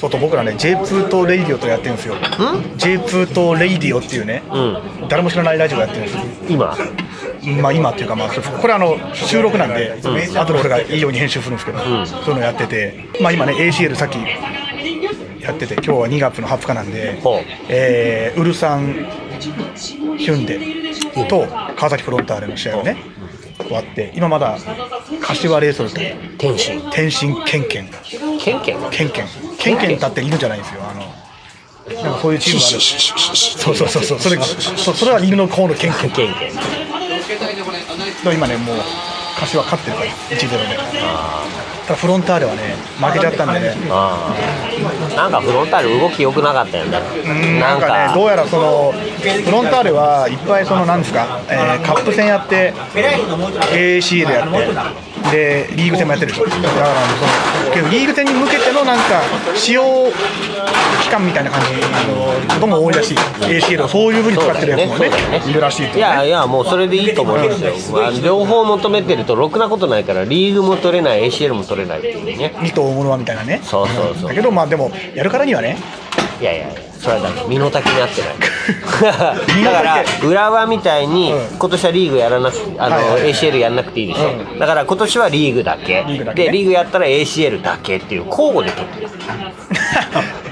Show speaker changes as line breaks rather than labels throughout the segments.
そうと僕らね J プーとレイディオとやってるんですよ J プーとレイディオっていうね、
う
誰も知らないラジオやってるんですよ
今
まあ今っていうかまあこれあの収録なんで、あとで俺がいいように編集するんですけど、そういうのやっててまあ今ね ACL さっきやってて今日は2月の20日なんで
ほう、
えーウルサンヒュンデと川崎フロンターレの試合をね終わって今まだ柏レイソルと
天心
天心ケンケン
ケンケン
ケンケンケンケンだって犬じゃないんですよあのなんかそういうチームがあるそうそうそうそうそれそうそれは犬の方のケンケン
ケンケン
で今ね、もう柏勝ってるから、1 0で、ただフロンターレはね、負けちゃったんでね、
ああなんかフロンターレ動き良くなかったよね
うんなんかね、どうやらそのフロンターレはいっぱいその、なんですか、えーカップ戦やって、AAC でやって、で、リーグ戦もやってるでしょ、だからその、けどリーグ戦に向けてのなんか、使用期間みたいな感じのことも多いらしい、ACL をそういうふうに使ってるやつもね
そうだよねそうだよ、ね
いるらしいと
いやいやもうそれでいいと思いますよ、まあ、両方求めてるとろくなことないからリーグも取れない ACL も取れないっていうね
二頭大物はみたいなね。
そうそうそう
だけど、まあでも、やるからにはね、
いやいやいやそれはだめ身の丈に合って ないだから浦和みたいに
うん
今年はリーグやらなくあの、
はいはいはい
ACL やらなくていいでしょ、
う
だから今年はリーグだけ
リーグだけね
でリーグやったら ACL だけっていう交互で取ってる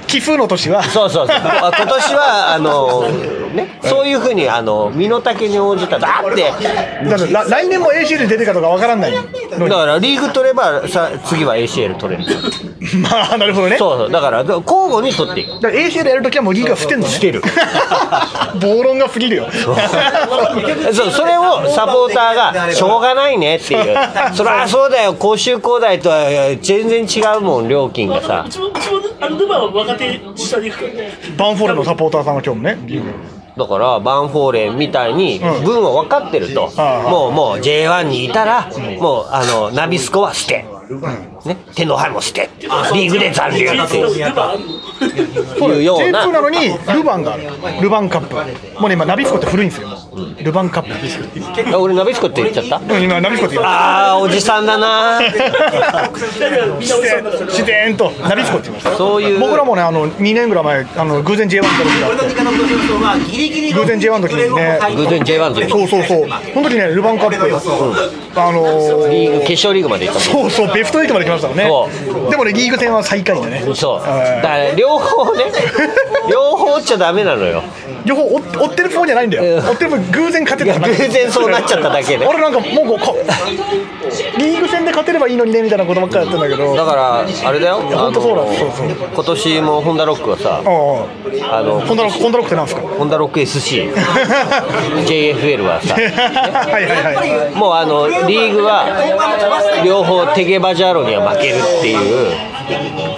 寄付の年は
そうそうそうあ今年はあのねそういうふうにあの身の丈に応じただって
だってら来年も ACL に出てるかどうかわからん ないの
だ
に
からリーグ取ればさ次は ACL 取れる
まあなるほどね
そうそうだから交互に取っていく
だから ACL やるときはもうリーグは捨てんのね
捨てる
暴論が過ぎるよ
そうそれをサポーターが「しょうがないね」っていう「そりゃそうだよ甲州工大とは全然違うもん料金がさ
うちもうちもあのルヴァンは若手下に行くからね
バンフォーレのサポーターさんが今日もねリーグ
だからバンフォーレンみたいに
うん
分を分かってると、
ああ
もうもう J1 にいたら、もうあのナビスコは捨て、ね、天皇杯も捨てリーグで残留って
ル
いう
ヴァンあんの
いうよう
J2
な
なのにルヴァンがあるルヴァンカップもうね今ナビスコって古いんですよもうルヴァンカップ
あ俺ナビスコって言っちゃった
うん今ナビスコって言う
あーおじさんだな
だからみんなおじさんだから
自然とナビスコって言いました
そういう
僕らもねあの2年ぐらい前あの偶然 J1 の時 があって偶然 J1 の時にね
偶然 J1 の時
そうそうそうその時ねルヴァンカップ、あのー
リーグ決勝リーグまで行ったもん
そうそう、ベスト8まで来ましたもんね
そ。
でもね、リーグ戦は最下位でね。
そうだ
はい
から両方ね両方追っちゃダメなのよ
両方追追ってる方じゃないんだよ。
うん
追ってる分偶然勝てただけ
いや偶然そうなっちゃっただけで
俺なんかもうこうこうリーグ戦で勝てればいいのにねみたいなことばっかりやってんだけど。
だからあれだよ
いや
あ
本当そうなん
の
です。そうそう。
今年もホンダロックはさ
あ
あの
あ、コンダロックコンダロックってなん ですか。
ホンダロック SCJFL はさ
はいはいはい。
もうあのリーグは両方テゲバジャーロには負けるってい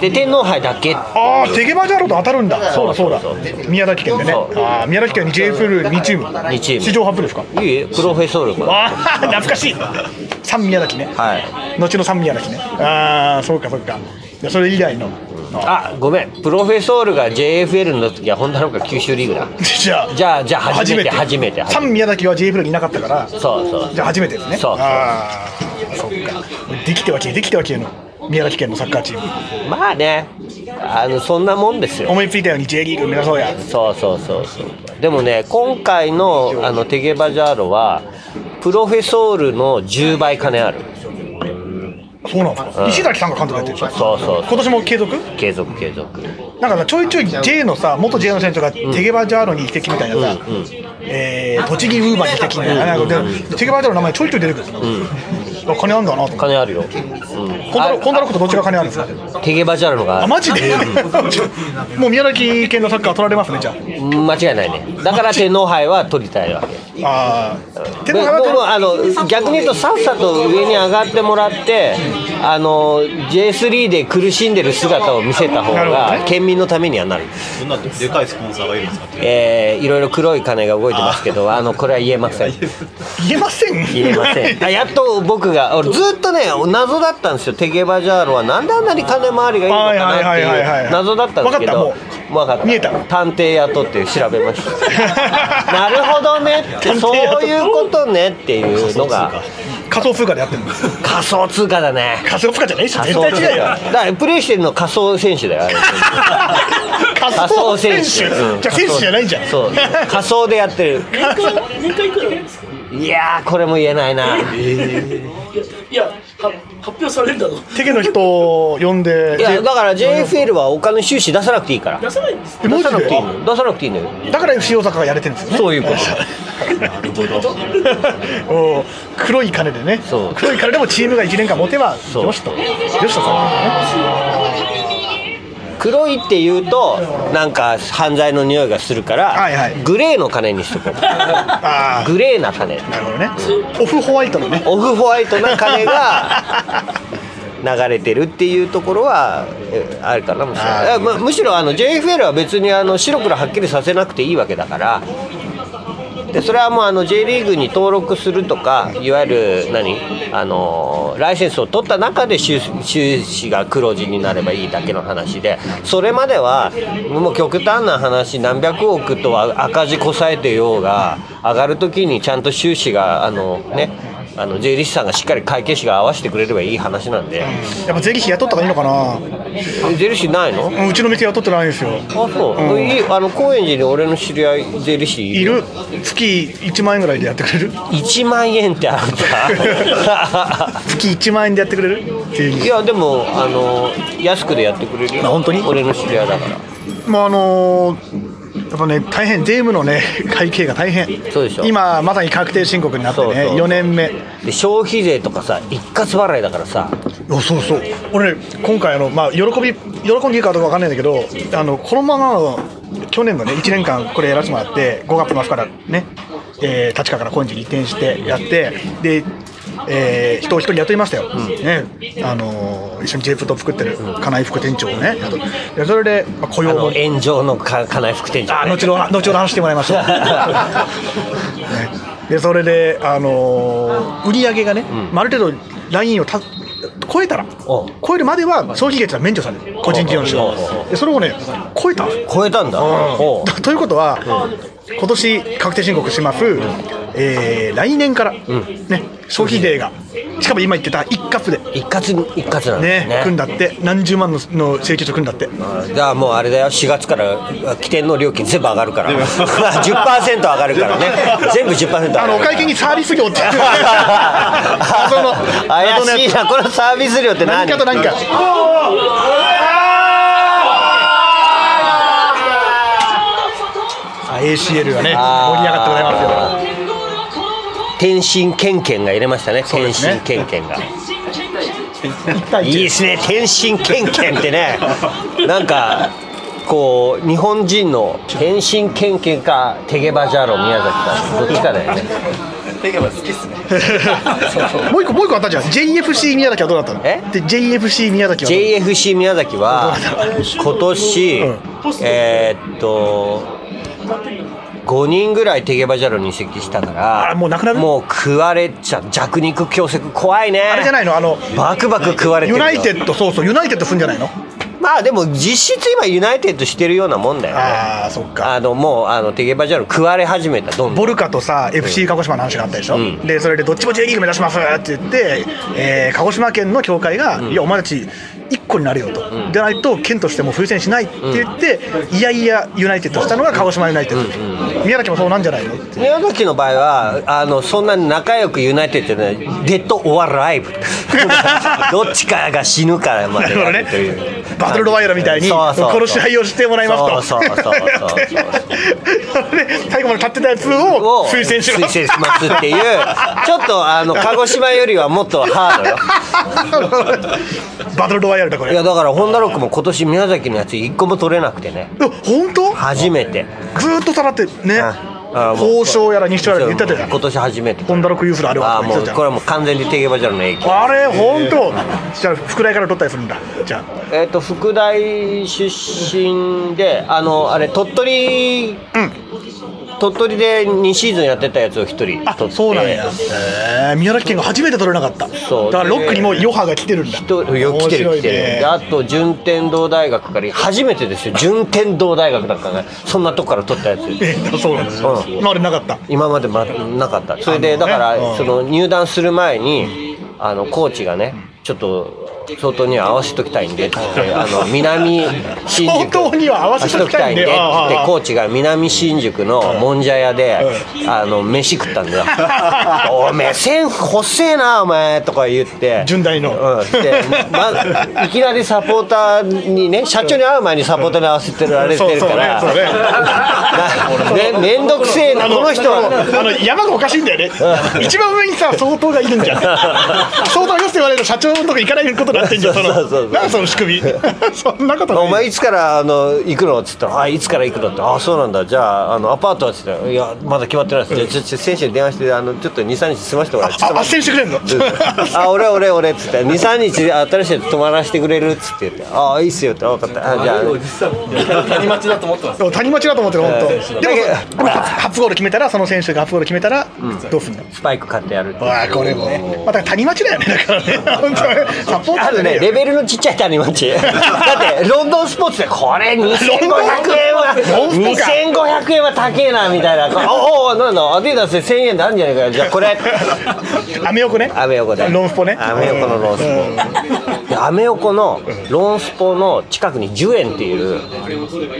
うで天皇杯だけ
ああ、テゲバジャロと当たるんだ。そうだそうだ
そう。
宮崎県でね。
そう
ああ、宮崎県に JFL2 チーム。
2チーム
史上初ですか。
いいえプロフェッソールか
ああ、懐かしい。三宮崎ね。
はい
後の三宮崎ねああそうかそうかいやそれ以来の
あごめんプロフェッソールが JFL の時はホンダロックが九州リーグだ
じゃあ
じゃあじゃあ初めて初めて初め
三宮崎は JFL にいなかったから
てそうそう
じゃあ初めてですね
そうそう
ああそうかできては消えできては消えの宮崎県のサッカーチーム
まあねあのそんなもんですよ
思いついたように J リーグ目指そうや
そうそうそうそうでもね今回のあのテゲバジャーロはプロフェソールの10倍金ある
そうなんですか石崎さんが監督やってるんですか
そうそう
今年も継続
継続継続
なんかさちょいちょい J のさ元 J の選手がテゲバジャーロに移籍みたいなさ、えー栃木ウーバーに移籍みたいな,、なんかでテゲバジャーロの名前ちょいちょい出てくるんですよ、あ金あんだなと思って
金あるよ、うん、
コンダロコンダロッ
あ
クとどっちが金あるんですか
あテゲバジャーロのが
あマジでもう宮崎県のサッカー取られますねじゃ
うん間違いないねだから天皇杯は取りたいわけ
ああー手
で
の
も
幅
うあの逆に言うとさっさと上に上がってもらってあの J3 で苦しんでる姿を見せた方
なるほど
が
ね
県民のためにはなる
そんなでかいスポンサーがいるんですかって
えーいろいろ黒い金が動いてますけど、あのこれは言えません。
言えません
言えません。 あやっと僕が、俺ずっとね、謎だったんですよ。テゲバジャーロはなんであんなに金回りがいいのかな
はいはいはいはい
って
はい
いう謎だったんですけど
分かっ。
うまかった
見えた
探偵雇って調べました なるほどねって
探偵
そ
雇っ
ういうことねっていうのが
仮想通貨でやってるんです
仮想通貨だね
仮想通貨じゃないっしょ
仮
絶
想
対
通貨
違うよ
だからプレイしてるの仮想選手だよあれ
仮想選手、
うん
じゃあ選手じゃないじゃん
そう仮想でやってる
年間年間いくらなんですか
いやーこれも言えないない
やは発表されるんだろう
テケの人を呼んで
いやだから JFL はお金収支出さなくていいから
出さないんです
えマ
出さ
ジ
なくていい
で
の出さなくていいのよ
だから FC 大阪がやれてるんですよね
そういうこと
おー黒い金でね
そう
黒い金でもチームが1年間持てば
う
よしとよしとさ
黒いって言うとなんか犯罪の匂いがするから、
はいはい
グレーの金にしとこう
あ
グレーな金
あなるほどねオフホワイトのね
オフホワイトな 金が流れてるっていうところはえあるかなもしれない
あー
えむむしろあの JFL は別にあの白黒はっきりさせなくていいわけだからでそれはもうあの J リーグに登録するとかいわゆる何あのーライセンスを取った中で収収支が黒字になればいいだけの話でそれまではもう極端な話何百億とは赤字こさえてようが上がる時にちゃんと収支があのねあの税理士さんがしっかり会計士が合わせてくれればいい話なんで
やっぱ税理士雇った方がいいのかな
え税理士ないの
うんうちの店雇ってないんですよ
あそう、
うん
いいあの高円寺に俺の知り合い税理士
いる月1万円ぐらいでやってくれる
1万円ってあるん だ
月1万円でやってくれる税理
い
士
やでもあの安くでやってくれるよ
あ本当に
俺の知り合いだから
まああのーやっぱね大変税務のね会計が大変
そうでしょ
今まさに確定申告になってね
そうそう
4年目
で消費税とかさ一括払いだからさ
おそうそう俺ね今回あの、まあ、喜び喜んでいいかどうかわかんないんだけどあのこのままの去年のね1年間これやらせてもらって5月末からね、えー立川から高円寺に移転してやってで、えー人を一人雇いましたよ、ねあのー一緒に J プロ作ってる金井副店長をね雇ってでそれで、まあ、雇
あ
用も
の炎上のか家内副店長、
あ
ね、
後ほど後ほど話してもらいまし ょう ねでそれで、あのー売り上げがね、まあある程度ラインをた超えたら
お
超えるまでは消費税は免除される個人事業主
おうおう
でそれをね超えたん ですよ
超えたんだ、おう
とということは、今年確定申告します、えー来年から、ね、消費税がしかも今言ってた一括で、
一括一括なん
ね
だよ
組ん
ね
だって何十万のの請求書組んだって
じゃあもうあれだよ4月から起点の料金全部上がるから 10%上がる からね全部10%上がるから
あのお会計 にサービス業っていう謎の謎の
怪し
や
い
つ
なこのサービス料って何
何かと何かあ ACL がね盛り上がってございますよ
天津ケンケンが入れましたね
うで
天
すね
津ケンケンが
一対
いい
一
ですね天津ケンケンってねなんかこう日本人の天津ケンケンかテゲバジャロ宮崎かどっちかだよね
もう一個もう一個あったじゃん JFC 宮崎はどうだったの
え
で JFC 宮崎はどう
JFC 宮崎は今年、えーっと5人ぐらいテゲバジャロに移籍したから
あもうなくなる
もう食われちゃう弱肉強食怖いね
あれじゃないのあの
バクバク食われて
ユ
るよ
ナイテッドそうそうユナイテッドすんじゃないの
まあでも実質今ユナイテッドしてるようなもんだよね
ああそっか
あのもうあのテゲバジャロ食われ始めたどんどん
ボルカとさ FC 鹿児島の話があったでしょ、
ん
でそれでどっちも J リーグ目指しますって言って、えー鹿児島県の協会が、いやお前たち1個になれよと、でないと県としても推薦しないって言って、いやいやユナイテッドしたのが鹿児島ユナイテッド、宮崎もそうなんじゃないのって
宮崎の場合はあのそんなに仲良くユナイテッドでデッド・オア・ライブ どっちかが死ぬからま
な
で
るほど
や
ね
るという
バトルロワイヤルみたいに
そうそうそう
この試合をしてもらいますと
そうそうそうそうそう
で最後まで立ってたやつを
を
推薦し
推
ま
薦
す
しますっていうちょっとあの鹿児島よりはもっとハードよ
バトルロワイヤルだこ
い
れ
やだからホンダロックも今年宮崎のやつ一個も取れなくてね
え本当
初めて
ずーっとさらってね
ああもう
交渉やら西条やら言ってたじゃん
今年初めて
ホンダロックユースのあれは
あーもうこれはもう完全にテゲバジャロの影響
あれ本当じゃあ副題から取ったりするんだじゃあ
えっ、と副大出身であのあれ鳥取、鳥取で2シーズンやってたやつを1人取っ
あ
て
そうなんや、えー、宮崎県が初めて取れなかった
そう
だからロックにも余波が来てるんだ
とよ来てる
面白い
来てる、
ね
であと順天堂大学から初めてですよ順天堂大学だから、ね、そんなとこから取ったやつ
えーそうなんですよ、
う
今までなかった
今までまなかったそれ
あ
で
の
だ
ね
から
うん
その入団する前にあのコーチがねちょっと相当には合わせときたいんでってあ の南新宿
相当には合わせときたいんで
合わせときたいんで
あああ
って
あ
コーチが南新宿のもんじゃ屋であの飯食ったん だよ「おめえ線細えなお前」とか言って
順大の
うん、で、ま、いきなりサポーターにね社長に会う前にサポーターに合わせてられてるから
そうそうねそうね
なねめんどくせえなこの人は
あの山がおかしいんだよね一番上にさ相当がいるんじゃん相当よって言われると社長のとこ行かないことになってんじゃんそ
そうそうそうそ
の
う
なんその仕組みそんなことない
お前いつからあの行くのっつったら「あいつから行くの?」って「あそうなんだじゃああのアパートは?」っつったら「いやまだ決まってないです」じゃあちょっと選手に電話してあのちょっと23日済ませてもらってちょっ
あ
と
斡
待って
旋してくれんの
あ俺俺俺」っつって「23日新しいやつ泊まらせてくれる」っつって言って「あいいっすよ」って「分かったあじゃあ
谷町だと思ってます。
谷町だと思ってる本当でも
だけど
初初ゴール決めたらその選手が初ゴール決めたらどうすんの
スパイク買ってやる」って
わあこれもねまあだから谷町だよねだからね本当ねサポータ
あ
ー
と
で
ね、レベルのちっちゃい谷町。 だって、ロンドンスポーツで、これ2500円は、
ロンドンか
2500円は高えな、みたいな。おお、なんだ、アディダスで1000円であるんじゃないかよ。じゃあこれ。
アメ横ね
アメ横で。
ロンスポね
アメ横のロンスポ。でアメ横のロンスポの近くに10円っていう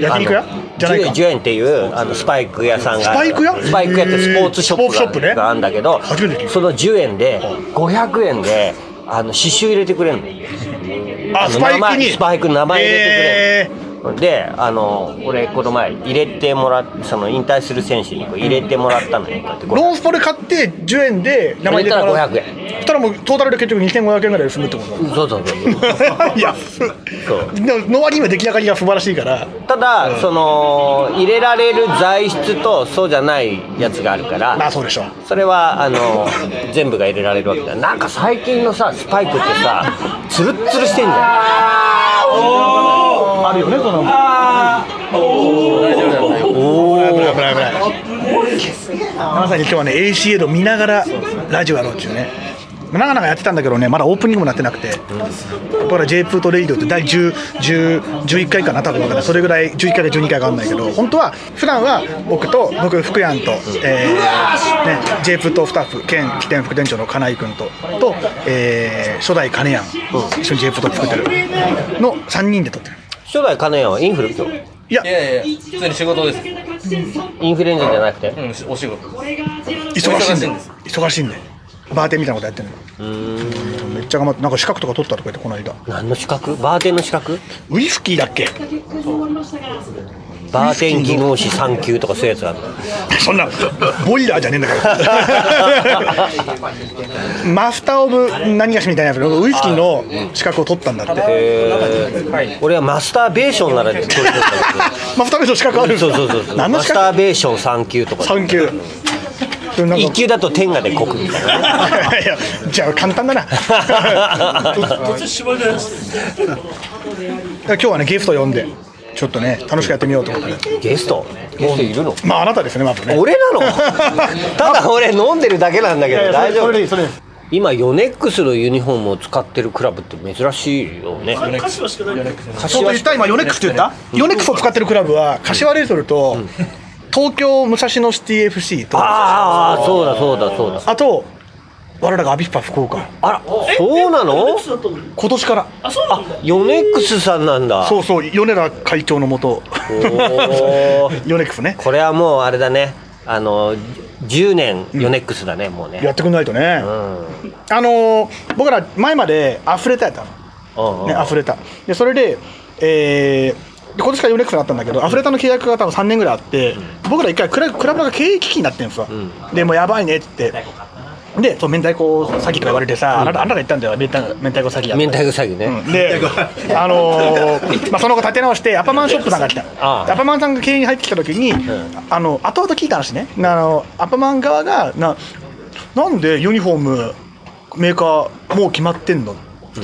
焼肉屋じゃないか
10, 10円っていうあのスパイク屋さんがある
スパイク屋
スパイク屋ってスポーツショップが
スポーツショップね
があるんだけど
初めて聞いた
その10円で500円であの刺繍入れてくれるの
あスパイクに
スパイクの名前入れ
え
てくれる、であの俺この前入れてもらっその引退する選手にこう入れてもらったのよこうやって
ロンスポで買って10円で名前入れてもらう
入れたら500
そしたらもうトータルで結局2500円ぐらいで済むってこと
そうそうそうそう
安っ
そう
でもの割には出来上がりが素晴らしいから
ただその入れられる材質とそうじゃないやつがあるから
まあそうでしょう
それはあの全部が入れられるわけだなんか最近のさスパイクってさツルッツルしてんじゃ
あるよねそのおお危ない危ない危ないまさに今日はね ACL を見ながらラジオやろうっていうね長々やってたんだけどねまだオープニングもなってなくて、これ J プートレイディオって第10 10 11回かな多分わかんないそれぐらい11回か12回かわかんないけど本当は普段は僕と僕福山と、えーね、J プートスタッフ兼起点副店長の金井君とと、えー初代金谷一緒に J プート作ってるの3人で撮ってる
ん初代金谷はインフル今日
いや
いやいや、普通に仕事です。
インフルエンザじゃなくて
うん、お仕事。
忙しいん
忙し
で
いんです
忙しいんでバーテンみたいなことやってるのめっちゃ頑張ってなんか資格とか取ったとか言ってこの間
何の資格バーテンの資格
ウイスキーだっけ
バーテン技能士3級とかそういうやつある
そんなボイラーじゃねえんだからマスター・オブ何がしみたいなやつウイスキーの資格を取ったんだって
俺はマスターベーションなら取れてたんだ
マスターベーションの資格あるんで
け
す
ど
か
そうそうそうそう
何の
マ
資
スター
格
ベーション3級とか
3級それなんか
1級だと天下でこくみたいな
いやじゃあ簡単だな
突然絞り出し
今日はねゲスト呼んでちょっとね楽しくやってみようと思って
ゲストゲストいるの
まああなたですねまずね
俺なの ただ俺飲んでるだけなんだけど大丈
それ
夫
でいいそれでいい
今ヨネックスのユニフォームを使ってるクラブって珍しいよね
た歌詞はしかない
ちょっと言った今ヨネックスって言った、ヨネックスを使ってるクラブは柏レイソルと、東京武蔵野シティ FC とあ
ああそうだそうだそうだ
と我らがアビスパ福岡
あらそうなの
今年から
あ、そうなんだ
ヨネックスさんなんだ
そうそう米田会長のもと
お ー
ヨネックスね
これはもうあれだねあの10年ヨネックスだね、もうね
やってくんないとね、
うん
あのー僕ら前までアフレタやったの
うんうん
ねアフレタでそれでえーで今年からヨネックスになったんだけど、アフレタの契約が多分3年ぐらいあって、僕ら一回クラ、クラブが経営危機になってるんですよ、でもうやばいねって言って、で、そう明太子詐欺とか言われてさ、あなたあなたが言ったんだよ、明太子明太子詐欺やった
明太子詐欺ね、
で、あのーまあ、その後立て直してアパマンショップさんが来た
ああ
アパマンさんが経営に入ってきた時に、あの後々聞いた話ねあのアパマン側がななんでユニフォームメーカーもう決まってんの、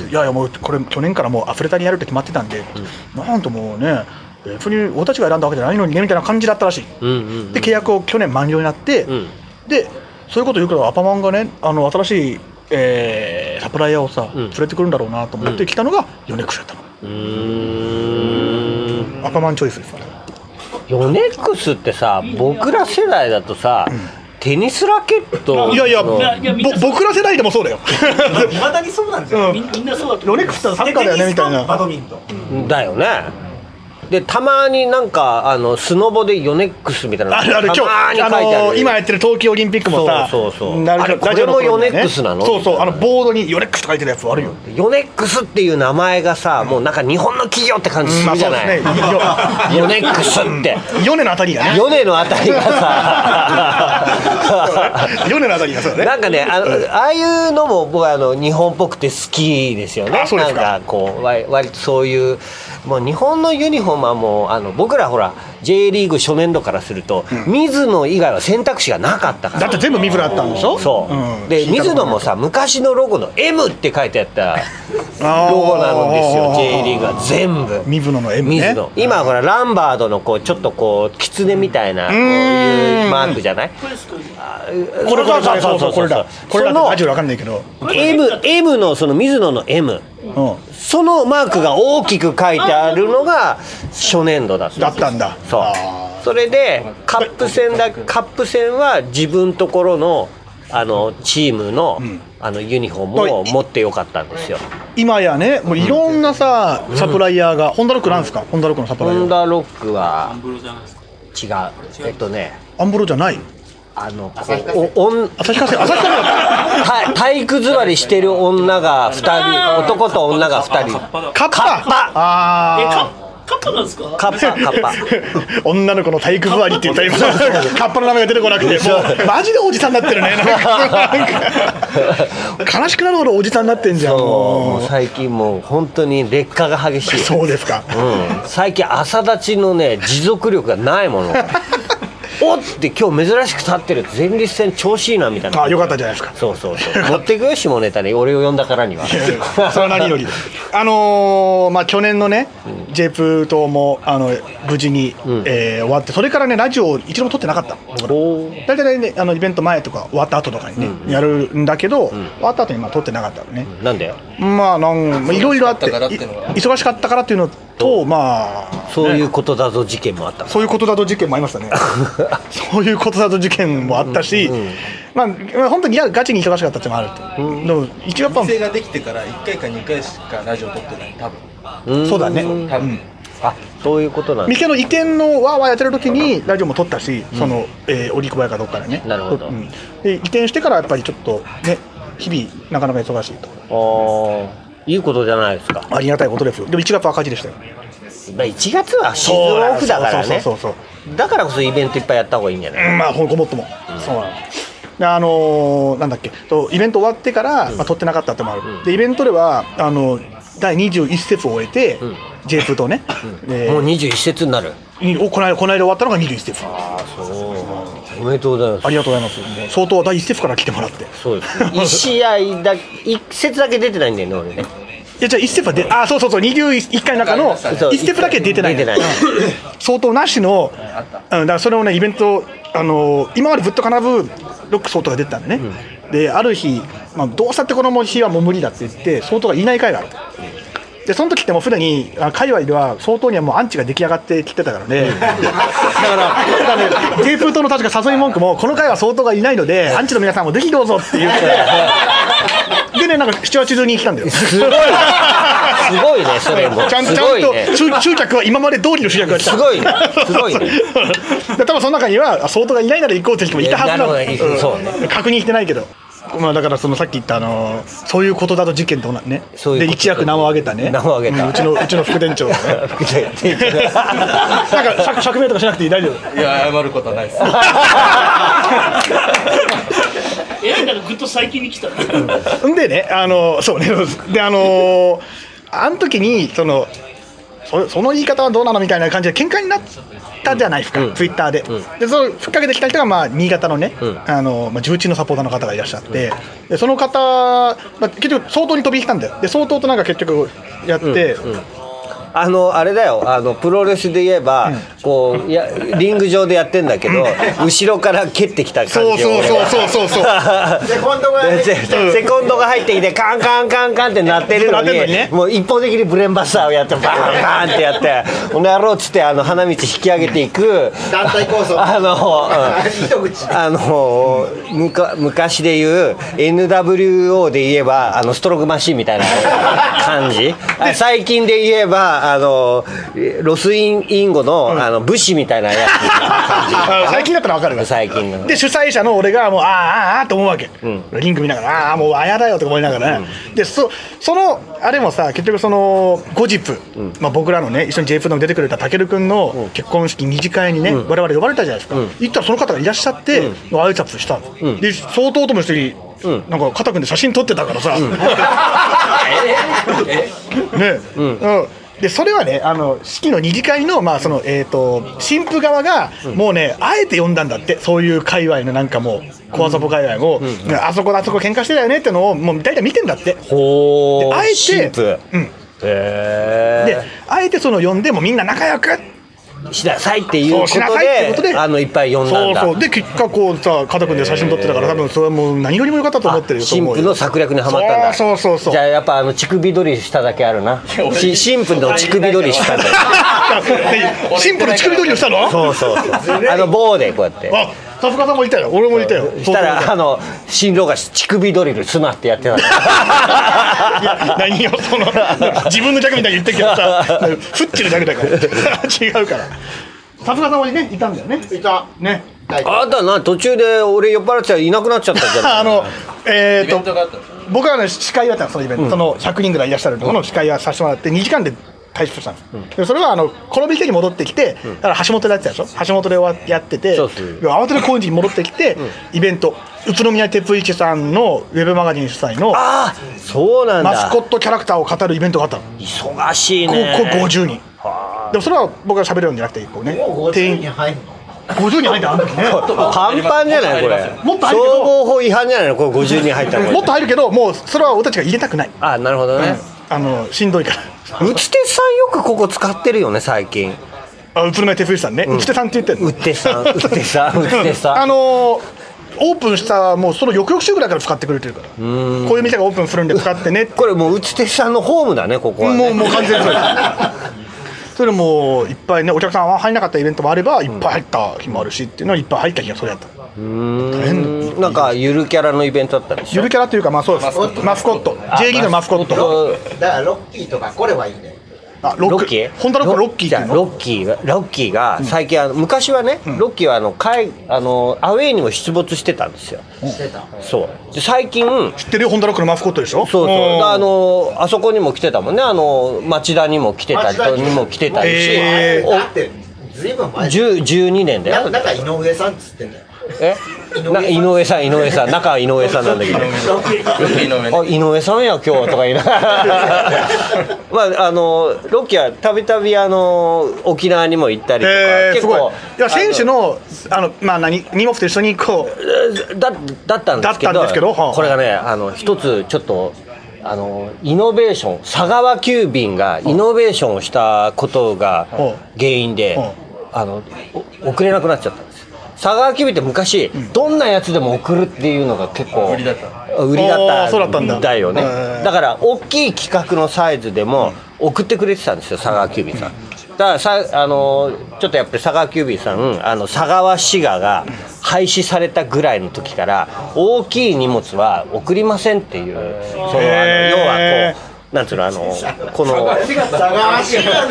いやいやもうこれ去年からもうアフレタにやるって決まってたんで、なんともうね別に俺たちが選んだわけじゃないのにねみたいな感じだったらしい、
うんうん
で契約を去年満了になって、
うん
でそういうこと言うからアパマンがねあの新しい、えーサプライヤーをさ、
うん
連れてくるんだろうなと思って来たのがヨネックスだったの、
うーん
アパマンチョイスです
ヨネックスってさ僕ら世代だとさ、テニスラケット
いやいや
の
ぼ
いやみんなそう
僕ら世代でもそうだよ
いまだにそうなんです
う
よ
ん
みんみんなそうだと
ヨ
思う
ネックスってサッカーだよねみた
テ
い
ニスとバ
な
ドミントン
だよねでたまになんかあのスノボでヨネックスみたい な
あるある今
たまに
日
書
あ
いてある
の今やってる冬季オリンピックもさ
そうそうそう
なる
あれ
ラジオの
これも
頃にね
ヨネックスなの
そうそうあのボードにヨネックスって書いてるやつあるよ
ヨネックスっていう名前がさもうなんか日本の企業って感じす
まあ
るじ
そ
ゃ
うで
ない、
すね
ヨネックスって
ヨネのあたりがね
ヨネのあたりが さ
ヨネのあたりがそうだね
なんかねあのああいうのも僕はあの日本っぽくて好きですよね
あそうですか
なんかこう割割とそういうもう日本のユニフォームはもうあの僕らほら J リーグ初年度からすると、水野以外は選択肢がなかったから
だって全部水野だったんでしょ
そう、
うん
で
聞いたこと
水
ない
野もさ昔のロゴの M って書いてあった
あー
ロゴなんですよ J リーグは全部
水野の M ね
水野今ほらランバードのこうちょっとこう狐みたいなこういうマークじゃない
これですこれです
これだそうそうこれだこれだってラジオでわかんないけど、
その M, M のその水野の M
う
そのマークが大きく書いてあるのが初年度だった
ん、だったんだ
そうそれでカップ戦だカップ戦は自分ところのあのチームの,、あのユニフォームを持ってよかったんですよ
今やねもういろんなさ、サプライヤーがホンダロックなんですかホンダロックのサプライヤ
ホン
ー
ダロックは違うえっとね
アンブロじゃない
あのこうおおん
旭 化成旭化成だった
た体育座りしてる女が2人男と女が2人
カッパ
カッパ
えカ
あ
ッカッパなんですか
カッパカ ッパ
ー 女の子の体育座りって言った今カッパの名前が出てこなくてもうマジでおじさんになってるね なんかなんか悲しくなるほどおじさんになってんじゃんも
もう最近もう本当に劣化が激し
う
い
そうですか
うん、最近朝立ちのね持続力がない ものおっって今日珍しく立ってる前立腺調子いいなみたいな
あよかったじゃないですか
そうそうそう持ってくよ下ネタに俺を呼んだからには
それは何よりあのーまあ去年のね、ジェ j プ島もあの無事に、えー終わってそれからねラジオを一度も撮ってなかった僕ら
おー
大体ねあのイベント前とか終わった後とかにね、やるんだけど、終わった後にまあ撮ってなかったのね、
なんだよ
まあなんまあいろいろあってい
忙しかったからっていうのが
忙しかったからっていうのとまあ
そういうことだぞ事件もあった
そういうことだと事件もありました ねそういうことだと事件もあったし、まあまあ本当にいやガチに忙しかったっていうのもあると、でも一応やっぱ
撮影ができてから1回か2回しかラジオ撮ってない多分
ん
そうだね、
多分
あそういうことなんだ
店の移転のわーわーやってる時にラジオも撮ったし、その、えー、おり小屋かどっかでね
なるほど
うんで移転してからやっぱりちょっとね日々なかなか忙しいと
あーいいことじゃないですか、
ありがたいことですよでも1月は赤字でしたよ
まあ、1月はシーズンオフだからね
そうそうそうそう
だからこそイベントいっぱいやった方がいいんじゃない
うんまあほんごもっとも、そうなのであのーなんだっけとイベント終わってから、まあ、撮ってなかったってのもある、でイベントではあの第21節を終えて、J2 とね、で
もう21節になる
におこの間この間終わったのが21節あ
おめでとうございます
りがとうございますもう相当は第1節から来てもらって
そうです1試合だ1節だけ出てないんだよね俺ね
いやじゃあ1ステップはであそうそうそう21回の中の
そう
1ステップだけ出てない
出てない
うん相当なしの、うん、だからそれをねイベント、あのー今までぶっとかなぶロック相当が出てたんでね、である日、まあ、どうしたってこの日はもう無理だって言って相当がいない回があるでその時ってもうすでにあ界隈では相当にはもうアンチが出来上がってきてたからね、だからだから ね J プートの確か誘い文句もこの回は相当がいないのでアンチの皆さんもぜひどうぞって言 ってでねなんか7月中に来たんだよ
すごいすごいねそれも
ちゃんちゃん
すごい
と
ね
集集客は今まで通りの集客が来た
すごいねすごいね
で多分その中にはあ相当がいないなら行こうって人もいたはずなの
いやなるほど
ん
そうね
確認してないけどまあだからそのさっき言ったあのそういうことだと事件となね
そういう
で
こと
一躍名を上げたね
名を上げた
うんうちのうちの副店長がね なんか釈釈明とかしなくていい大丈夫
いや謝ることはないです
えなんかぐっと最近に 来た
んでね、あの、そうね、で、あのー、あの時に、その、そその言い方はどうなのみたいな感じで喧嘩になったじゃないですか、ツイッターで、でそのふっかけてきた人が、まあ、新潟のね、あのまあ、重鎮のサポーターの方がいらっしゃって、でその方、まあ、結局、相当に飛び火したんだよ、で相当となんか結局やって、
あのあれだよあのプロレスで言えば、こういやリング上でやってんだけど、後ろから蹴ってきた
そ
感
う
じ
そうそうそうそう そう
セコンドがセコンドが入ってきてカンカンカンカンって鳴ってるの
鳴って
に
んのにね
もう一方的にブレンバスターをやってバーンバーンってやって「おの野郎」っつってあの花道引き上げていく
団体構想
あの、うん
一口
あのーむか昔で言う NWO で言えばあのストロークマシンみたい な感じあ最近で言えばあのーロスインインゴの,、あの武士みたいなや
あ 最近だったらわかるわ
つ最近の
で主催者の俺がもうあああああと思うわけ、リンク見ながらああもうあやだよとか思いながら、ねでそそのあれもさ結局そのゴジップ、まあ、僕らのね一緒に j プロに出てくれたたけるくんの結婚式二次会にね、我々呼ばれたじゃないですか、行ったらその方がいらっしゃって、挨拶したの、で相当とも一緒に、なんか肩組んで写真撮ってたからさ、ね、うん、でそれはねあの式の二次会のまあそのえっ、と新婦側がもうね、あえて呼んだんだってそういう界隈のなんかもう小遊ぼ界隈を、ねあそこだあそこ喧嘩してたよねってのをもう大体見てんだって。
ほ
であえて
神父
うんで
へ
あえてその呼んでもうみんな仲良く
ーしなさいっていう
そ
こ
うしな
と
さいってこと
で
で
あのいっぱい呼んだんだ
そうそうで結果こうさ肩組んで写真撮ってたから多分それはもう何よりも良かったと思ってるよと
神
思う
父
よ
の 策略にはまったんだ
そうそうそうそう
じゃあやっぱあの乳首取りしただけあるなし神父の乳首取りした んだよ
シンプル乳首取りをしたの
そうそうそうあの棒でこうやって
あさすがさんもいたよ俺もいたよ
したらあの新郎が乳首ドリルすなってやってた
いや何よその自分のギャグみたいに言ってるけどさ フッチのギャグだから違うからさすがさんもねいたんだよね
いた
ね
あなたな途中で俺酔っ払ってたらいなくなっちゃったじゃん
あのえっ、
イベント
と
があったんですよ
僕はね司会をやったのそのイベント、その100人ぐらいいらっしゃるところの司会をさせてもらって2時間で退出したんです、でそれはあの転び手に戻ってきて、だから橋本でやってたでしょ橋本で終わやってて
そうそう
で慌てて高円寺に戻ってきて、イベント宇都宮哲一さんのウェブマガジン主催の
あそうなん
マス
だ
コットキャラクターを語るイベントがあったの
忙しい
こ
ね
こ50人でもそれは僕が喋るんじゃなくてこうね店員
入る
50人入ったあの時 ね
パンパンじゃないこれ
もっと入るけど
総合法違反じゃないのこれ50人入ったの
もっと入るけどもうそれは俺たちが入れたくない
あなるほどね
あのしんどいから
打ち手さんよくここ使ってるよね最近
あ宇都宮哲夫さんね内手さんって言ってる
打 手さん打手さん打手
あ
さん
のーオープンしたもうその翌々週ぐらいから使ってくれてるからこういう店がオープンするんで使ってねって
これもう打ち手さんのホームだねここはね
もうもう完全にそうですそれもういっぱいねお客さんは入んなかったイベントもあればいっぱい入った日もあるしっていうのはいっぱい入った日がそれやった大変だ
なんかゆるキャラのイベントだったでしょ
ゆるキャラというかまあそうですマスコット J リーグのマスコット
だからロッキーとか来ればいいんだよ
あロ
ロ
ッ
ッキ
キ
ー
ーホンダロックロッキーっていうの
ロッキーがロッキーが最近あの昔はね、ロッキーはあの海あのアウェイにも出没してたんですよ
してた
そうで最近そう
知ってるよホンダロックのマスコットでしょ
そう
うん
あのあそこにも来てたもんねあの町田にも来てたり
町田に
にも来てたりし、
え
だってずいぶん前だよ
10 12年だ
な
よ
なんか井上さんっつってんだよ
えな井上さん井上さん中は井上さんなんだけどあ井上さんや今日とか言いながらまああのロッキーはたびたびあの沖縄にも行ったりとか、
えー、す
結
ごい
構
いや選手のあのまあ何荷物と一緒にこう
だだったんですけど
だったんですけどはあ
これがねあの一つちょっとあのイノベーション佐川急便がイノベーションをしたことが
はあ
原因で
は
あのお送れなくなっちゃったんです佐川急便って昔、どんなやつでも送るっていうのが結構売りだった売りだ
あーそうだったんだ
だよね
へー
だから大きい企画のサイズでも送ってくれてたんですよ佐川急便さんだからさあのちょっとやっぱり佐川急便さんあの佐川滋賀が廃止されたぐらいの時から大きい荷物は送りませんっていうそのあの要
へー
はこうなんつうのあのこの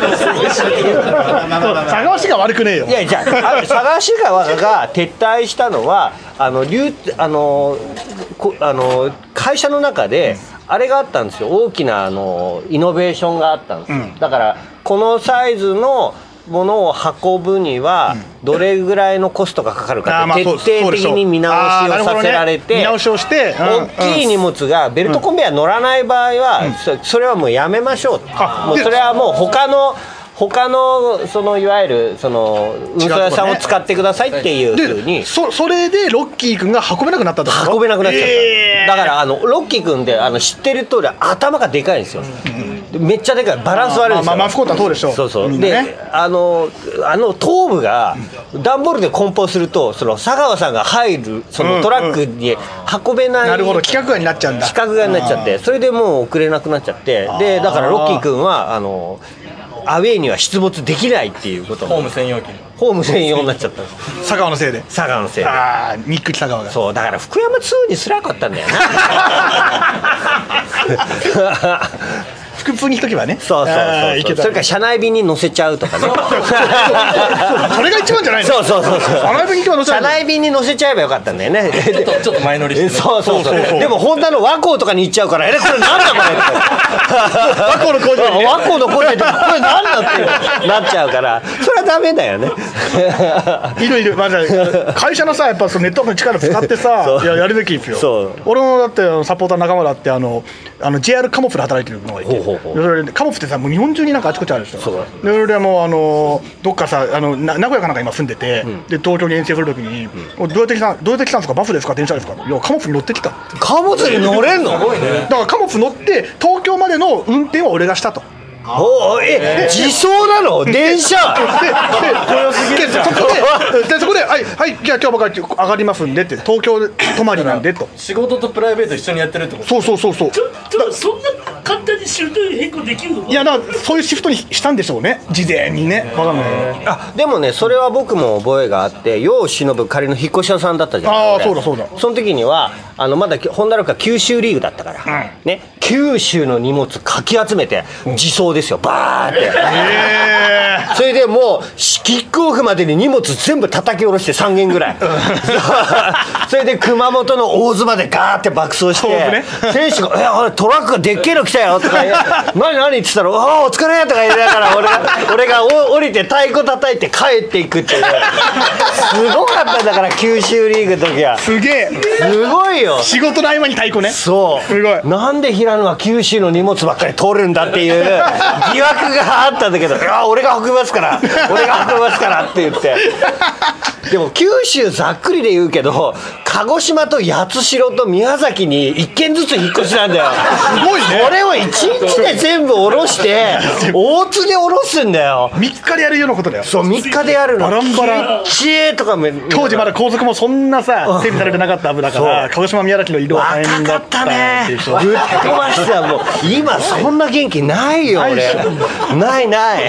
そう探しが悪くねえよ
いやじゃああ佐賀市側が撤退したのはあの流あのこあの会社の中であれがあったんですよ大きなあのイノベーションがあったんです、
うん
だからこのサイズのものを運ぶにはどれぐらいのコストがかかる
あ
か
ー
っ
まあ
て
そう
徹
そ
底
うで
的
しょう
に見直
あー
し
なる
を
ほどね
させられて
見直しをしてうん
大きい荷物がベルトコンベヤ乗らない場合は、そそれはもうやめましょう
あ
もう
で
それはもう他の他のそのいわゆるその運送屋さんを使ってくださいっていうふうに
でそそれでロッキー君が運べなくなったってこと
運べなくなっちゃった、
えー
だからあのロッキー君であの知ってる通り頭がでかいんですよ、めっちゃでかいバランス悪いんです
まあ
よ
まあマスコットはそうでしょう
そうそう、
みんな
で
ね
あのあの頭部が段ボールで梱包するとその佐川さんが入るそ
うん
のトラックに運べない、
なるほど規格外になっちゃうんだ
規格外になっちゃってそれでもう送れなくなっちゃってでだからロッキー君はあのアウェイには出没できないっていうことホーム専用機ホーム専用になっちゃったんです
佐川のせいで
佐川のせいで
ああニック佐川が
そうだから福山2にすらよかったんだよ な
普通にしとけばね
そうそう
あー
そう
い
そ
け
う
た
それから車内便に乗せちゃうとかね
それが一番じゃないの
そうそうそうそう
車内便に今日乗せちゃ
車
うの
内便に乗せちゃえばよかったんだ よねちょっとちょっと前乗りしてそうそうそう
そうそうそう
でもホンダの和光とかに行っちゃうからえこれなんだこれ和光の工場、和光の工場ってこれなんだってなっちゃうからそれはダメだよね
いるいる、まあ、じゃあ会社のさやっぱそのネットワークの力使ってさ
そう
いややるべきですよ
そう
俺のだってあのサポーターの仲間だってあのあの JR カモフで働いてるのがいて
ほうほうほう
でそれでカモフってさもう日本中になんかあちこちあるでしょ
そうだ
で俺はもうあのどっかさあのな名古屋かなんか今住んでて、で東京に遠征するときに、どうやって来たどうやって来たんですかバスですか電車ですかいやカモフに乗ってきたって
貨物に乗れんの
だからカモフ乗って東京までの運転は俺がしたと。
おおえ自走なの電車
でででそこででそこではい、はい、じゃあ今日僕は上がりますんでって東京で泊まりなんでと
仕事とプライベート一緒にやってるってこと
そうそうそうそう
ちょちょっとそんな簡単にシフト変更できるのか
いやだからそういうシフトにしたんでしょうね事前にねわかんない
あでもねそれは僕も覚えがあって世を忍ぶ仮の引っ越し屋さんだったじゃん
あー
俺
そうだそうだ
その時にはあのまだホンダロックは九州リーグだったから、ね九州の荷物かき集めて自走ですよバーって、 それでもうキックオフまでに荷物全部叩き下ろして3軒ぐらい それで熊本の大洲までガーって爆走して、
豆
選手が「えあれトラックがでっけえの来たよ」とか言って「何何?」って言ったら「おーお疲れ」とか言いながら俺が俺がお降りて太鼓叩いて帰っていくっていうすごかったんだから九州リーグの時は
すげえ
すごいよ
仕事の合間に太鼓ね
そう
すごい
なんで平野は九州の荷物ばっかり通るんだって いう疑惑があったんだけど「いや俺が運びますから俺が運びますから」って言ってでも九州ざっくりで言うけど鹿児島と八代と宮崎に一軒ずつ引っ越しなんだよす
ごいね
これを一日で全部下 ろして大津で下ろすんだよ
3日でやるようなことだよ
そう3日でやるの
バランバラン
知恵とかも
当時まだ高速もそんなさ整備されてなかった部だから鹿児島宮崎の移動は大
若
変だ
か
っ
った
たってい
ね
う
ぶっ飛ばしてたもう今そんな元気ないよ俺ないない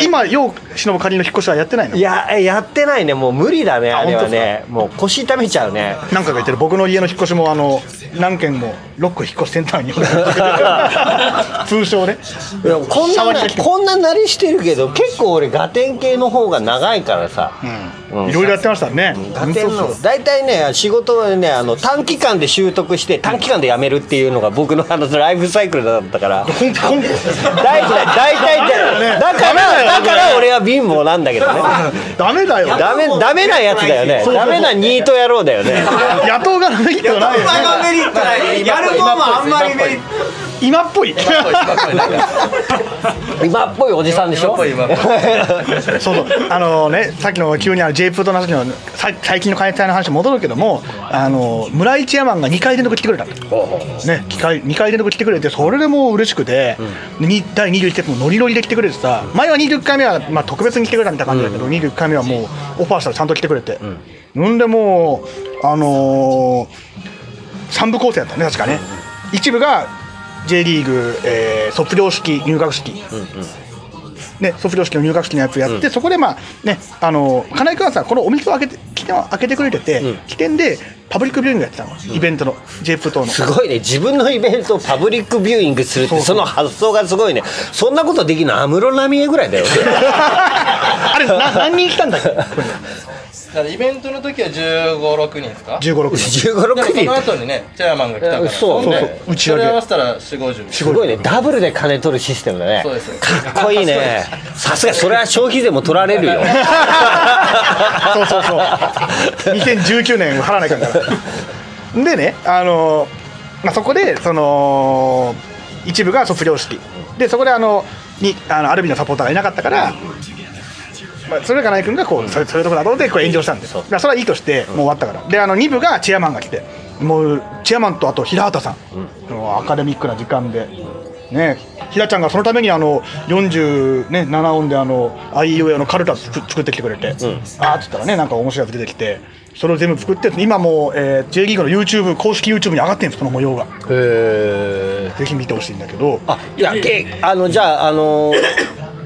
今今よう忍ぶ仮の引っ越しはやってないの
いやえやってないねもう無理だねあれはねもう腰痛めちゃうね
何回か言ってる僕の家の引っ越しもあの何軒も6個引っ越しセンターに 通称ね
いやこん
シャ
な
ワー
な
に来て
こんななりしてるけど結構俺ガテン系の方が長いからさうん
いろいろやってましたね
ガテ
そ
ン
う
の
そう
大体ね仕事はねあの短期間で習得して短期間で辞めるっていうのが僕のあのライフサイクルだったから
コンコン
大体大体でだからだから俺は貧乏なんだけ どね
ダメだよ
ダメダメなやつだよね
そうそう
ダメなニート野郎だよね
野党がメリットはないよね
がメリットない。やる方もあんまりメリット。
今っぽい
今っぽいおじさんでし ょ
そうそうあのねさっきの急にあの J プートの話のさ最近の開催の話に戻るけどもあの村井チェアマンが2回連続来てくれたのね2回二回連続来てくれてそれでもう嬉しくて、に第21節もノリノリで来てくれてさ前は21回目は、まあ、特別に来てくれたみたいな感じだけど、21回目はもうオファーしたらちゃんと来てくれて、んでもうあのー3部構成だったね確かね、一部が J リーグ、えー卒業式入学式、ね、卒業式の入学式のやつやって、そこでまあねあの金井君はさこのお店を開けて起点を開けてくれてて、起点でパブリックビューイングやってたの、イベントの J プートの
すごいね自分のイベントをパブリックビューイングするってその発想がすごいねそんなことできるの安室奈美恵ぐらいだよ
あれな何人来たんだっけ
だからイベントの時は1 5 6人ですか
1 5 6人
1 5
でもその
6人
後にねチェアマンが来たか
そ
ら
う
そうそう
ね
打ち上
それ合わ
げ
せたら4 5 0
すごいねダブルで金取るシステムだね
そうです
かっこいいねさすがそれは消費税も取られるよ
そうそうそう2019年払わないかんからでねあの、まあ、そこでその一部が卒業式でそこであのにあのアルビのサポーターがいなかったから、まあ、それが金井君がこうそれそういうとこだろうでこう炎上したんですよだからそれはいいとしてもう終わったからであの2部がチェアマンが来てもうチェアマンとあと平畑さん、あのアカデミックな時間でねひらちゃんがそのためにあの47音であのあいうえおのカルタ作作ってきてくれて、あーっつったらねなんか面白いやつ出てきてそれを全部作って今もう、えー J リーグの YouTube 公式 YouTube に上がってるんですその模様が
え
ぜひ見てほしいんだけど
あいやけあのじゃああの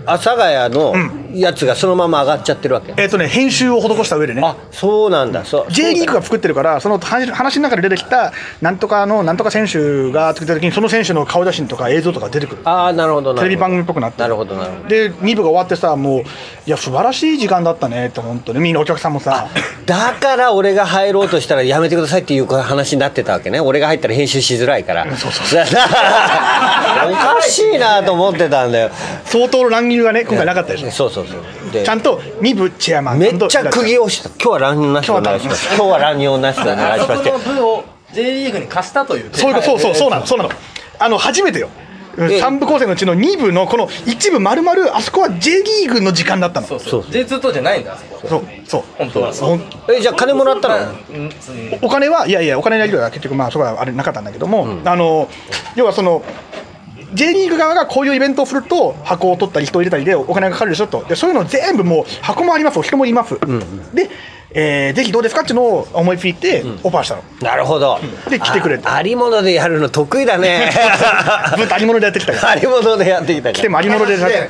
阿佐ヶ谷のやつがそのまま上がっちゃってるわけ、
えっ、とね編集を施した上でね
あそうなんだそう
J リーグが作ってるから、その話話の中で出てきた、なんとかの、なんとか選手が作った時に、その選手の顔写真とか映像とか出てくる。
ああなるほどなるほど
テレビ番組っぽくなって
なるほどなるほど
で、2部が終わってさ、もう、いや、素晴らしい時間だったねって、本当に、みんなお客さんもさ、
だから俺が入ろうとしたらやめてくださいっていう話になってたわけね俺が入ったら編集しづらいからそうそうそう おかしいなと思ってたんだよ
相当の乱入がね、今回なかったでしょ。
そうそうそうで
ちゃんと2部チェアマン
めっちゃ釘を押してた今日は乱入なしだな
今
今
日は
日は乱入なしだなラジパスケ
そこの分を J リーグに貸したという
そういうこと、そうそう、そうなの、そうなの。あの、初めてよ。
え
3部構成のうちの2部のこの1部丸々あそこは J リーグの時間だったのそう
そう J2 とじゃないんだあそこ
そう
本当は
ほん
えじゃあ金もらったの
お金はいやいやお金のやり取りは結局まあそこはあれなかったんだけども、あの要はその J リーグ側がこういうイベントをすると箱を取ったり人を入れたりでお金がかかるでしょとでそういうの全部もう箱もありますお人もいます、で、えーぜひどうですかっていうのを思いついてオファーしたの、
なるほど
で来てくれた
あありものでやるの得意だね
ぶっとありものでやってきたよ
ありものでやってきた
来
か
て
ら
もありものでな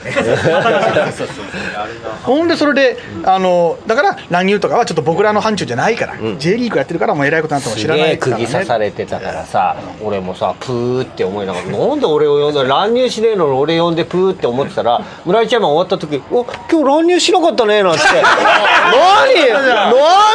ほんでそれであのだから乱入とかはちょっと僕らの範疇じゃないから、J リーグやってるからもうえらいことになっても知
す
らな
げえ
いから、ね、
釘刺されてたからさ俺もさプーって思いながらなんで俺を呼んだ乱入しねえのに俺呼んでプーって思ってたら村井ちゃんが終わった時「お今日乱入しなかった ね」なんつって「何何何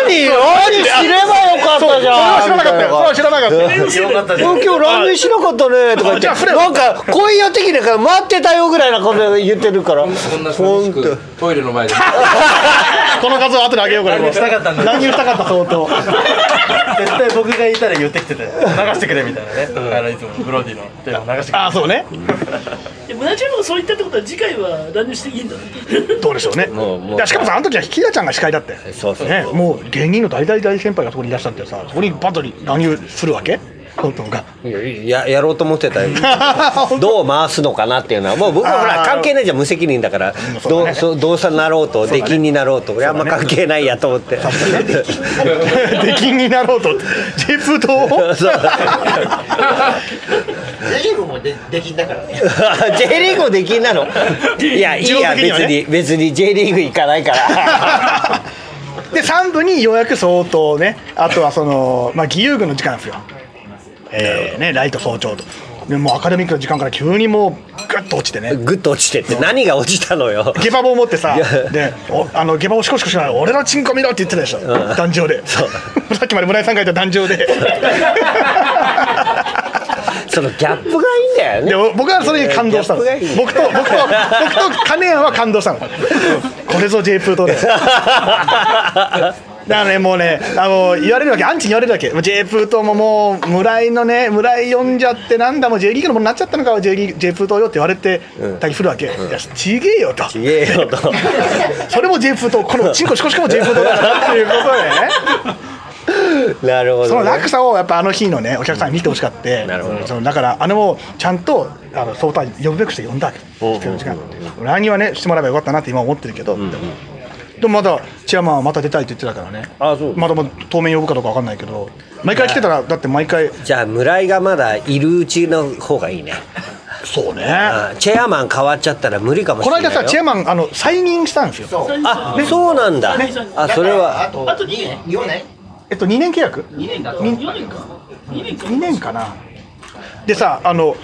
知ればよかったじゃん」
そうそれは知らなかったよそれは知らなかったよ
うん今日乱入しなかったねとか言 っ
じゃあ
て
フレ
なんか恋やってきたから待ってたよぐらいなこと言ってるから
そんな寂しくトイレの前で
この数を後であげようから乱入したかった乱入したかった相当
絶対僕がいたら言ってきてたよ流してくれみたいなね、あのいつもブロディの手を流してくれ
ああそうね
で村ちゃんがそう言ったってことは次回は乱入していいんだね
どうでしょうね
もうも
い
う
やしかもさあの時はひらちゃんが司会だって
そうそう
ねもう芸人の大大大先輩がそこにいらっしゃってさそこにバトル乱入するわけ本当が
ややろうと思ってたよどう回すのかなっていうのはもう僕はほら
あー
関係ないじゃん無責任だから
そう
ど
だ
う
ね
そう動作になろうと出禁になろうと俺あんま関係ないやと思って
出禁になろうと J2 と
J リーグもでできんだから ね
J リーグも出禁なのいやいいや
自動的に
別
はね
に別に J リーグ行かないから
で3部にようやく相当ねあとはそのまあ義勇軍の時間なんですよえーねライト早朝とでもうアカデミックの時間から急にもうグッと落ちてね
グッと落ちてって何が落ちたのよ
下馬棒持ってさ
いや、
で、おあの下馬をシコシコしながら、俺のチンコ見ろって言ってたでしょ、壇上で。さっきまで 村井さんがいた壇上 で。
そのギャップがいいんだよね
で、お僕はそれに感動したの。
ギャップがいい
僕と、僕と、僕と金谷は感動したの。これぞ J プート だよ。だからね、もうね、あの言われるわけ、アンチに言われるわけ、もう J プートももう、村井のね、村井読んじゃって、なんだ、もう J リーグのものになっちゃったのか、J, リーグ J プートよって言われて、たりするわけ、いや、ちげえよと、
言えよと
それも J プート、このチンコシコシコも J プートだからっていうことでね。
なるほ
その
どね
落差をやっぱあの日のねお客さんに見てほしかって
なるほど
そのだからあのもちゃんとあの相談呼ぶべくして呼んだわけ必要な時間来人はねしてもらえばよかったなって今思ってるけど、でもでもまだチェアマンはまた出たいって言ってたからね
あそう
まだまだ当面呼ぶかどうかわかんないけど毎回来てたらだって毎回
じゃあ村井がまだいるうちの方が いいね
そうね
あチェアマン変わっちゃったら無理かもし
こ
れ
の
ないよ
間さチェアマンあの再任したんですよ
そう
あそうなんだ
ね
あそれは
あと
あと二年
4年
えっと2年契約
2年だと4年か2年か
2年かなでさあの、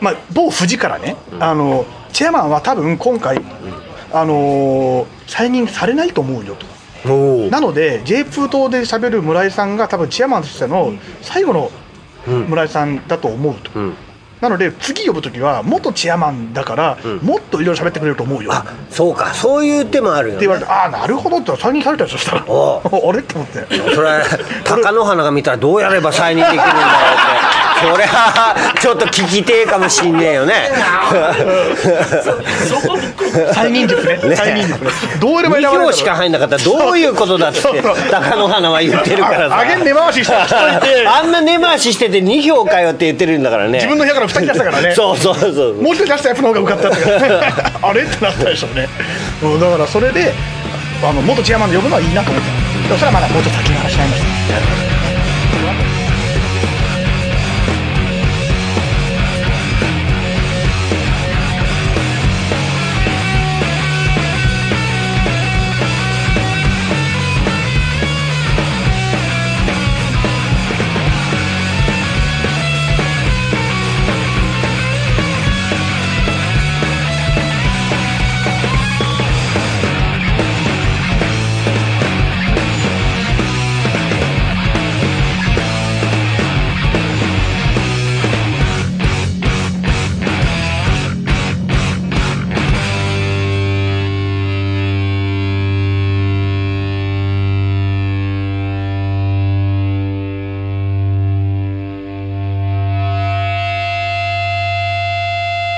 まあ、某富士からね、あのチェアマンは多分今回、あのー再任されないと思うよと
お
なので J プー島で喋る村井さんが多分チェアマンとしての最後の村井さんだと思うと、
ん
なので次呼ぶ時は元チェアマンだから、もっといろいろ喋ってくれると思うよって
あそうかそういう手もあるよ、
言わ
ね、
れて、ああなるほどって再任されたでしょそしたら
お
あれって思って。
それ貴乃花が見たらどうやれば再任できるんだろうってそれはちょっと聞きてえかもしんねえよね
そこびっくり
催眠術ね催眠術ねどうやれば
2
選ばれる
票
か
しか入んなかったらどういうことだって
そうそうそう
高野花は言ってるからさ
あげん根回しした人いて
あんな根回ししてて2票かよって言ってるんだからね
自分の部屋から2人出したからね
そうそうそう
もう一人出したやつの方が受かったって あれってなったでしょうねもうだからそれであの元チェアマンで呼ぶのはいいなと思ったでもそれはまだもうちょっと先の話になりました